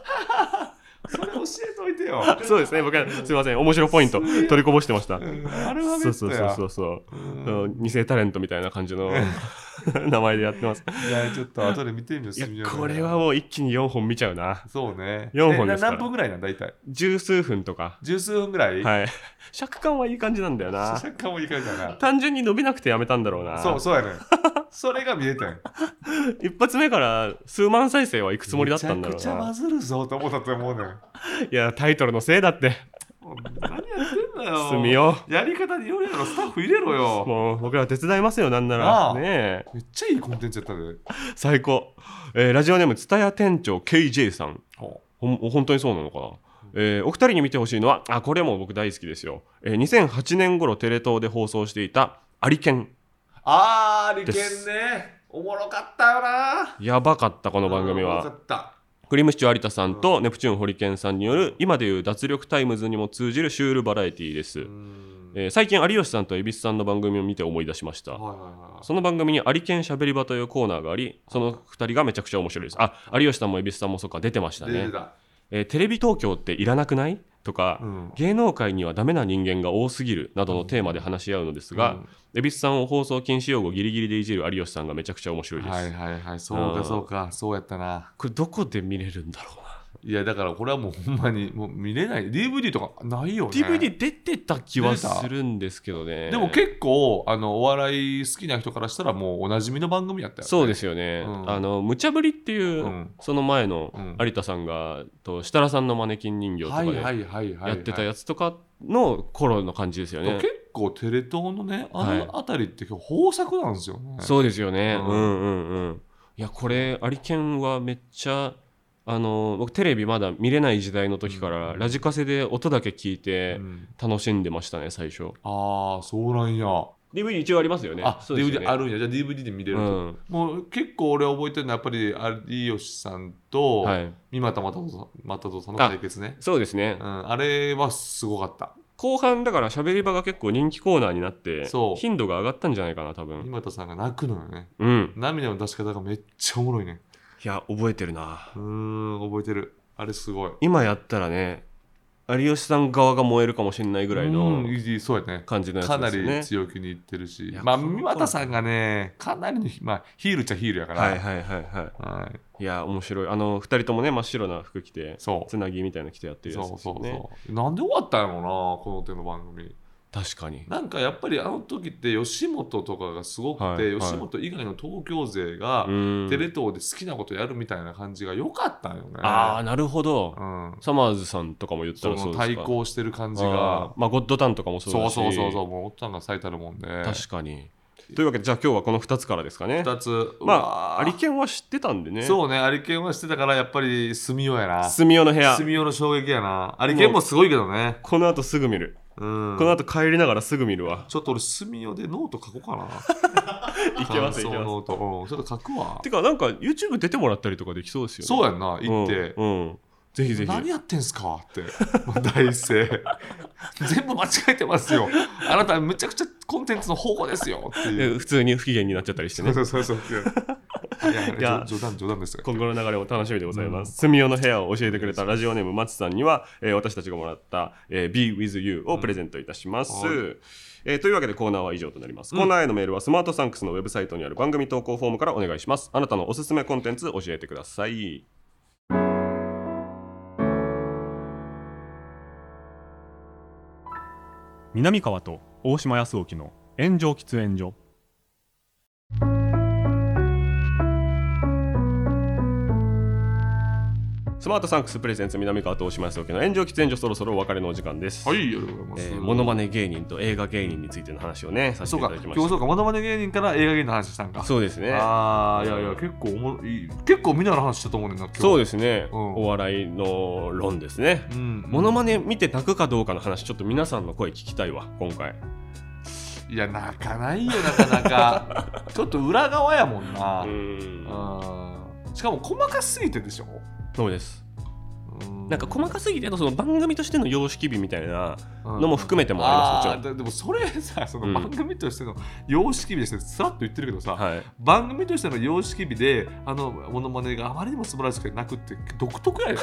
それ教えといてよ
そうですね僕はすいません面白ポイント取りこぼしてました
うんアルファベ
そう
ット
そう
や
そうそうそううん偽タレントみたいな感じの 名前でやってます
いやちょっと後で見てみよう
い
住み寄
や
り
これはもう一気に4本見ちゃうな
そうね
四本ですから
えな何分ぐらいなんだいたい
十数分とか
十数分ぐらい、い、
はい尺感はいい感じなんだよな
若干もいい感じだな
単純に伸びなくてやめたんだろうな
そうそうやねんそれが見えたん
一発目から数万再生はいくつもりだったんだろ
め
う
ちゃくちゃバ
な
ズるぞと思ったと思うねん
いやタイトルのせいだって
もう何やってんだよ
すみよ
やり方によるやろスタッフ入れろよ
もう僕ら手伝いますよなんな
な
ら
あ
ねえ
めっちゃいいコンテンツやったで
最高、えーラジオネーム蔦屋店長 KJ さん
ほ
ほん本当にそうなのかな、えーお二人に見てほしいのはあこれも僕大好きですよ、えー2008年頃テレ東で放送していた「アリケン
あー利
で
権
す
ねおもろかったよな」
やばかったこの番組
おもろ
は
かった
クリームシチュー有田さんとネプチューンホリケンさんによる今でいう脱力タイムズにも通じるシュールバラエティーです、
うん
えー最近有吉さんと蛭子さんの番組を見て思い出しました
はいはいはいはい
その番組に「アリケンしゃべり場」というコーナーがありその2人がめちゃくちゃ面白いですあ有吉さんも蛭子さんもそうか出てました
出
ね
てた
えーテレビ東京っていらなくないとか、
うん
芸能界にはダメな人間が多すぎるなどのテーマで話し合うのですが、蛭子さんを放送禁止用語ギリギリでいじる有吉さんがめちゃくちゃ面白いです、
はいはいはいそう
う
か
ん
そうかそうやったな
これどこで見れるんだろうない
やだからこれはもうほんまにもう見れない DVD とかないよね
DVD 出てた気はするんですけどね
でも結構あのお笑い好きな人からしたらもうおなじみの番組やったよね
そうですよね、
うん
あの無茶ぶりっていう、
うん
その前の
うん
有田さんがと設楽さんのマネキン人形とか
はいは
で
いはいはい
やってたやつとかの頃の感じですよね、
結構テレ東のねあ
はい
のあたりって今日豊作なんですよね、
そうですよね、
うん
うん、うんうんいやこれアリケンはめっちゃあの僕テレビまだ見れない時代の時から、ラジカセで音だけ聞いて
うん
楽しんでましたね最初
ああそうなんや、
DVD 一応ありますよね
あ
そうですよ
DVD
ね
あるんやじゃあ DVD で見れる
う
と、
ん
もう結構俺覚えてるのはやっぱり有吉さんと
はい
三股又人又人さんの対決ね
そうですね
あ,、うん、あれはすごかった
後半だから喋り場が結構人気コーナーになって
そう
頻度が上がったんじゃないかな多分
三股さんが泣くのよね
うん
涙の出し方がめっちゃおもろいね
いや覚えてるな
うーん覚えてるあれすごい
今やったらね有吉さん側が燃えるかもしれないぐらいの
うんいいそうやね
感じのやつ
かな
ですよね
り強気にいってるし、
や
まあ
この頃
三股さんがねかなりの、まあ、ヒールっちゃヒールやから、
はいはいはいはい
はい
いや面白いあの2人ともね真っ白な服着て
そう
つなぎみたいなの着てやってる
そ
や
う
つ
そう
です
そ
よ
う、
ね
なんで終わったんやろなこの手の番組
確かに
なんかやっぱりあの時って吉本とかがすごくて、
はいはい
吉本以外の東京勢が
うん
テレ東で好きなことやるみたいな感じが良かったんよね。
ああなるほど、
うん、
サマーズさんとかも言った
そ
らそう
の
ですか
対抗してる感じ
あ
が
ー。まあゴッドタンとかもそう
そ
だ
う
し
そうそうそう、もうおっさんが最たるもんで。
確かにというわけでじゃあ今日はこの2つからですかね
二つ。
ま
うわ
あ
ー
アリケンは知ってたんでね
そうね、アリケンはしてたから、やっぱり住用やな。
住みの部屋
住用の衝撃やな。アリケンもすごいけどね。
このあとすぐ見る、
うん。
このあと帰りながらすぐ見る わ
ちょっと俺、住用でノート書こうかな。
いけますいけ
感
ま
想ノート。うん、ちょっと書くわ
す。てかなんか YouTube 出てもらったりとかできそうですよね
そうやんな、行って。
うん、うんぜひぜひ
何やってんすかって、まあ大声 全部間違えてま すよあなたむちゃくちゃコンテンツの方向ですよっていう
え普通に不機嫌になっちゃったりして
そう
ね
そうそうそういや
いや
冗冗談冗談ですが
今後の流れも楽しみでございます。住みよの部屋を教えてくれたラジオネーム松さんには、えー私たちがもらった、えー、Be with you をプレゼントいたします。
うんは
えーというわけでコーナーは以上となります。コーナーへのメールはスマートサンクスのウェブサイトにある番組投稿フォームからお願いします。あなたのおすすめコンテンツ教えてください。
南川と大島康沖の炎上喫煙所
スマートサンクスプレゼンツ南川と大島康之の炎上喫煙所そろそろお別れのお時間です。
はいありがとうございます、
えーモノマネ芸人と映画芸人についての話をね、させ
そ
て
う
いた
か
だき
今
ま
日
し
そ
た。
うかモノマネ芸人から映画芸人の話したんか
そうですね。
ああいやいや結構おもろい結構みんなの話したと思うねんな今日
そうですね。
うん
お笑いの論ですね。
うん
モノマネ見て泣くかどうかの話ちょっと皆さんの声聞きたいわ今回
いや泣かないよなか なかちょっと裏側やもんな、
ん
うんしかも細かすぎてでしょ
そうです
うん
なんか細かすぎてのその番組としての様式美みたいな
うん
のも含めてもありますもち
ーだでもそれさそ
うん
の番組としての様式美ですねさらっと言ってるけどさ、
ろんはい
番組としての様式美であのモノマネがあまりにも素晴らしくてなくって独特 やで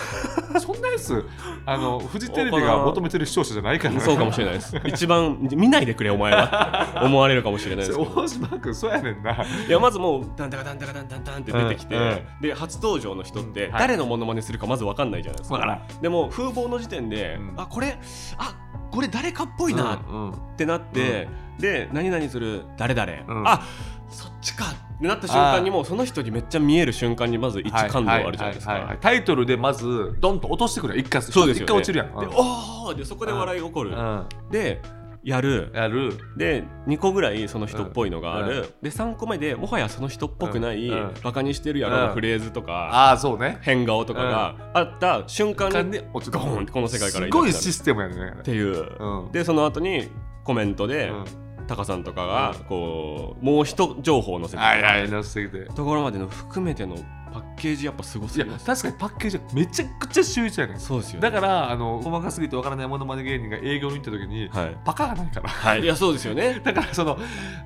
そんなやつあのフジテレビが求めてる視聴者じゃないから、
そうかもしれないです一番見ないでくれお前はって思われるかもしれないですけど
大島君そうやねんな
いやまずもうダンダカダンダカダンダンダンって出てきて、
うんうん
で初登場の人って
うんはい
誰のモノマネするかまず分かんないじゃないですか、
わからん
でも風貌の時点で、
うん
あこれあこれ誰かっぽいなっ
うんうん
ってなって、で何々する誰々、
うん
あそっちかってなった瞬間にもうその人にめっちゃ見える瞬間にまず一感動あるじゃないです
はははは
か。
タイトルでまずドンと落としてくれ一回
そうですよ、ね、
一回落ちるやん
で
うん
おおでそこで笑い起こる、
う
でやる
ん、やる
で2個ぐらいその人っぽいのがある、
うん
で3個目でもはやその人っぽくない、
うんうん
バカにしてるやろ
う
の
ん
フレーズとか、
ああそうね
変顔とかがあった瞬間
間
に
で落ち
ゴーンってこの世界から
す
いなく
ご
ないる
システムやね
っていう、
うん
でその後にコメントで、
うん
タカさんとかがこうもう一情報を載せて
はいはい、なすぎて。
ところまでの含めてのパッケージやっぱすごす
い
ぎ
や、
ます
確かにパッケージはめちゃくちゃ秀逸やねん。
そうですよ、
だ
ね、
から、あの、細かすぎてわからないものまね芸人が営業に行った時に、
はい、
バカがないから。
い、やそうですよね
だから、その、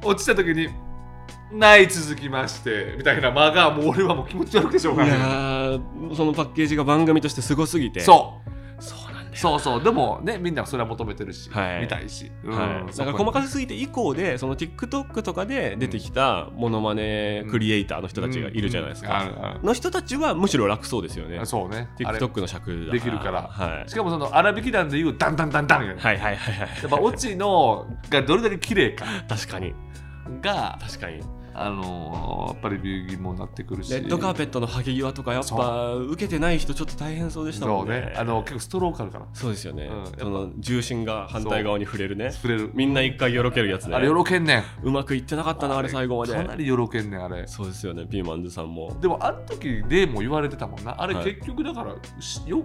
落ちた時に、ない続きまして、みたいな間が、もう俺はもう気持ち悪くてしょう
い
が
や
ない。
ーそのパッケージが番組としてすごすぎて
そう。
うそうなんです
そうそう。でもね、みんなそれは求めてるし、
はい
見たいし。うん
はい、
そ
な
こ
んか細
に
かすぎて以降でその TikTok とかで出てきたモノマネクリエイターの人たちがいるじゃないですか、
うんうんあるある
の人たちはむしろ楽そうですよね
あそうね。あれ
TikTok の尺だ
できるから
はい
しかもその、粗引き団でいう、ダンダンダンダンやねんや
はいはいはいはい
っぱ、落ちのがどれだけ綺麗か
確かに
が、
確かに
あのー、やっぱり疑問になってくるし。
レッドカーペットの剥ぎ際とかやっぱ受けてない人ちょっと大変そうでした
そ
も
うん
ね
ね。あの、結構ストロークあるから。
そうですよね、
うんやっぱ
その重心が反対側に触れるね
触れる。
みんな一回よろけるやつね
あれ、よろけんねん。
うまくいってなかったなあれ最後まで
かなりよろけんねん、あれ。
そうですよねピーマンズさんも
でも、あの時、例も言われてたもんな。あれ、
はい
結局だから、しよ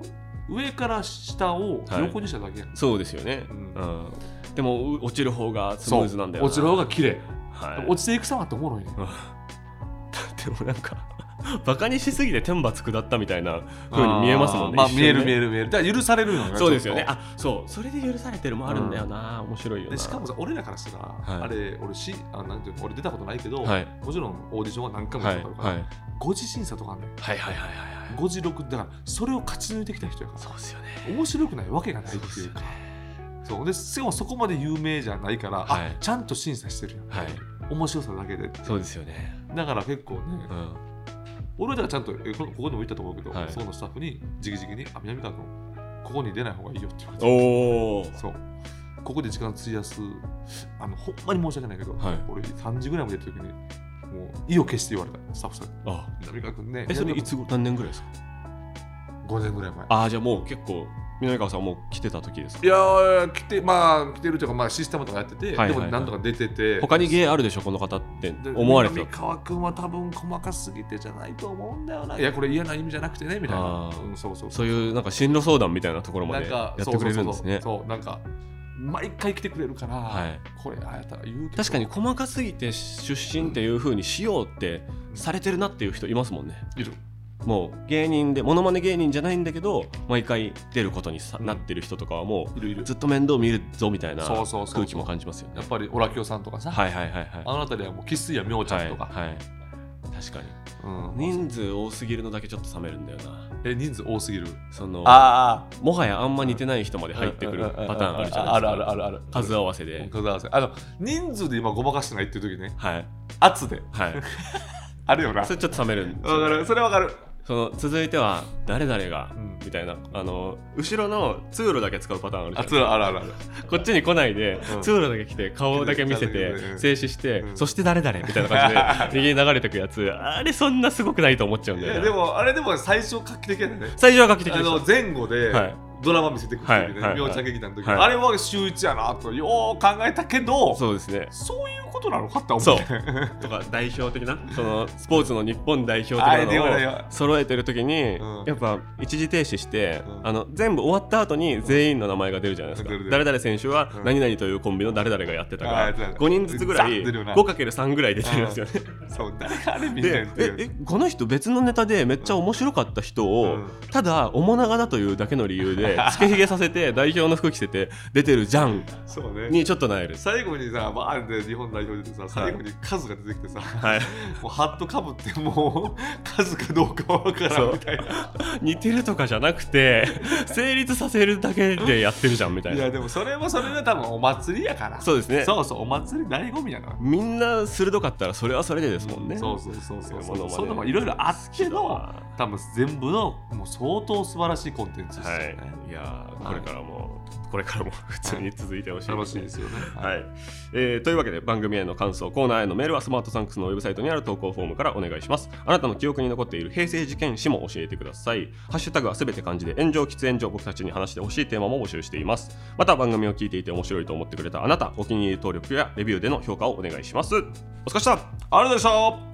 上から下を
はい
横にしただけやん。
そうですよね、う
うんん
でもう落ちる方がスム
そう
ーズなんだよな
落ちる方が綺麗、
はい、
落ちていく様っておもろいね。
でもなん かバカにしすぎて天罰下ったみたいな風に見えますもんね
あーまあ、
一
見え
瞬ね
る見える見える。だから許されるのよ
そうですよね
ちょっ
あそうそれで許されてるもあるんだよな、面白いよ
と
な
でしかもさ、俺らからしたら、
い
あれ、俺し、あなんていうの、俺出たことないけど、
はい
もちろんオーディションは何回も
は
やっ
い
た
はい
ことあるから、
はいはい
誤字審査とかあんねん。
はいはいはい
五時六だからそれを勝ち抜いてきた人やか
そうですよね
ら面白くないわけがないっ
そう
て
っす
い
よ
うかそうでしかもそこまで有名じゃないから、あ
はい
ちゃんと審査してるやん
はい
面白さだけで
そうですよね
だから結構ね、
うん
俺らちゃんとえこここでも言ったと思うけど、
はい
そのスタッフにじきじきに「あ南川君ここに出ない方がいいよ」って言われて
おお
そうここで時間費やすあのほんまに申し訳ないけど、
はい
俺3時ぐらいまでやった時にもう意を決して言われたスタッフさんに
あ
南川君ね
えそれいつご何年ぐらいですか
5年ぐらい前
ああじゃあもう結構南川さんはもう来てた時ですか
いやー来てまあ来てるというか、まあ、システムとかやってて、
はいはい
でもなんとか出てて
他に芸あるでしょこの方って
で
思われて
南川君は多分細かすぎてじゃないと思うんだよないやこれ嫌な意味じゃなくてねみたいな
あー
うんそうそう
そういうなんか進路相談みたいなところまでやってくれるんですね
そうそうそうそうなんか毎回来てくれるから、
はい
これあやたら言うけど
確かに細かすぎて出身っていう風にしようってされてるなっていう人いますもんね
いる
もう芸人でモノマネ芸人じゃないんだけど毎回出ることにさなってる人とかはも
いるいる
うずっと面倒見るぞみたいな
そうそうそうそう
空気も感じますよ
や
ね
っぱりオラキオさんとかさ、
はいはいはいはい
あの辺りはもう生粋やみょうちゃんとか、
はいはい、確かに
う
人
ん
数多すぎるのだけちょっと冷めるんだよな
え人数多すぎる
その
あ
もはやあんま似てない人まで入ってくるパターンあるじゃないですか
あるあるあるある
数合わせで
数合わせあの人数で今ごまかしてないっていう時ね
はい
圧で
はい
あるよなわ
それちょっと冷めるんですよ
かるそれわかる
その続いては誰々が
うん
みたいなあの後ろの通路だけ使うパターンあるじゃないです
圧あるあるある
かこっちに来ないで
うん
通路だけ来て顔だけ見せ
う
て
ん
静止して
うん
そして誰々みたいな感じ で右に流れてくやつあれそんなすごくないと思っちゃうん
い
だよ
や
な
でもあれでも最初画期的やったね
最初は画期的
あ
で
の
し
前後で
はい
ドラマ見せてくるっていう
はいは
ね
い
みょうちゃん劇団の時
はい
あれは秀逸やなとよう考えたけど
たそうですね
そういうことなのかって思
そう
うね
とか代表的なそのスポーツの日本代表的
あれ
な
で俺
のを
は
揃えてる時に、
うん
やっぱ一時停止して、
うん
あの全部終わった後に全員の名前が出るじゃないですか、
出る出
誰
る
々選手は
うん
何々というコンビの誰々がやってたから、
あーそうだね
5人ずつぐら
ざ
い
っ出るよな
5×3 ぐらい出てるんですよね、
そう誰があれ見て
で
んってい
え
う
えこの人別のネタでめっちゃ面白かった人を、
うん
ただ面長だというだけの理由で つけひげさせて代表の服着せて出てるじゃん
そうね
にちょっとなえる。
最後にさ、バーンで日本代表出てさ、最後に数が出てきてさ、
はい、
もうハットかぶって、もう数かどうかわから
そ
ん
う
みたいな。
似てるとかじゃなく て成立させるだけでやってるじゃんみたい
い
な
や、でもそれはそれで多分お祭りやから。
そうですね
そうそう、お祭り醍醐味やから。
みんな鋭かったらそれはそれでですもんね
そうそうそうそ
も
う。
のまね
そんなもんいろいろあっての、多分全部のもう相当素晴らしいコンテンツですよ
は
ね。
いいやーこれからもこれからも普通に続いてほしい
楽しいですよね。
はい、えーというわけで番組への感想コーナーへのメールはスマートサンクスのウェブサイトにある投稿フォームからお願いしますあなたの記憶に残っている平成事件史も教えてくださいハッシュタグはすべて漢字で炎上喫煙所僕たちに話してほしいテーマも募集していますまた番組を聞いていて面白いと思ってくれたあなたお気に入り登録やレビューでの評価をお願いしますお疲れ様でした
ありがとうございました